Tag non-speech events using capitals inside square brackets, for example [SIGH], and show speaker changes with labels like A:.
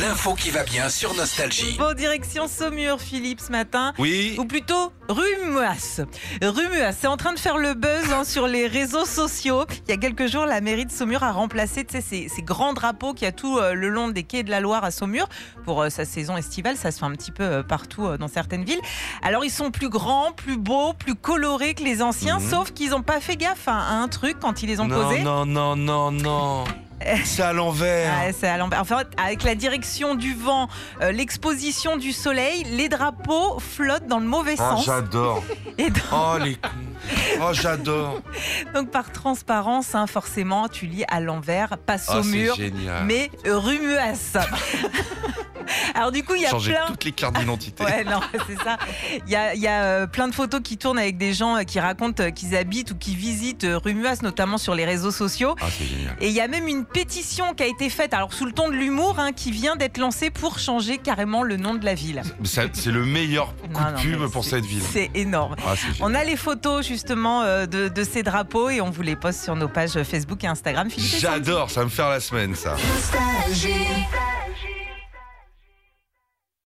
A: L'info qui va bien sur Nostalgie.
B: Bon, direction Saumur, Philippe, ce matin.
C: Oui.
B: Ou plutôt Rumuas. Rumuas, c'est en train de faire le buzz hein, sur les réseaux sociaux. Il y a quelques jours, la mairie de Saumur a remplacé tu sais, ces, ces grands drapeaux qu'il y a tout euh, le long des quais de la Loire à Saumur pour euh, sa saison estivale. Ça se fait un petit peu euh, partout euh, dans certaines villes. Alors, ils sont plus grands, plus beaux, plus colorés que les anciens,
C: Mhm.
B: sauf qu'ils n'ont pas fait gaffe à, à un truc quand ils les ont
C: non,
B: posés.
C: non, non, non, non. C'est à l'envers. Ah,
B: Ouais, Ah, c'est à l'envers. Enfin, avec la direction du vent, euh, l'exposition du soleil, les drapeaux flottent dans le mauvais
C: Ah,
B: sens.
C: j'adore.
B: Et donc,
C: Oh, les cons. Oh, j'adore.
B: donc, par transparence, hein, forcément, tu lis à l'envers, pas
C: Oh,
B: au
C: c'est
B: mur,
C: génial.
B: mais
C: [LAUGHS]
B: rumuas. Alors du coup, il y a
C: Changer
B: plein.
C: toutes les cartes d'identité.
B: [LAUGHS] Ouais, non, c'est ça. Il y a, il y a, euh, plein de photos qui tournent avec des gens euh, qui racontent euh, qu'ils habitent ou qui visitent euh, Rumuas, notamment sur les réseaux sociaux.
C: Ah, c'est génial.
B: Et il y a même une pétition qui a été faite, alors sous le ton de l'humour, hein, qui vient d'être lancée pour changer carrément le nom de la ville.
C: Ça, C'est le meilleur coup
B: Non, non,
C: de pub
B: mais
C: pour
B: c'est-
C: cette ville.
B: C'est énorme.
C: Ah, c'est génial.
B: On a les photos justement euh, de, de ces drapeaux et on vous les poste sur nos pages Facebook et Instagram. Philippe et Sandy.
C: J'adore, ça va me faire la semaine, ça.
D: Nostalgie.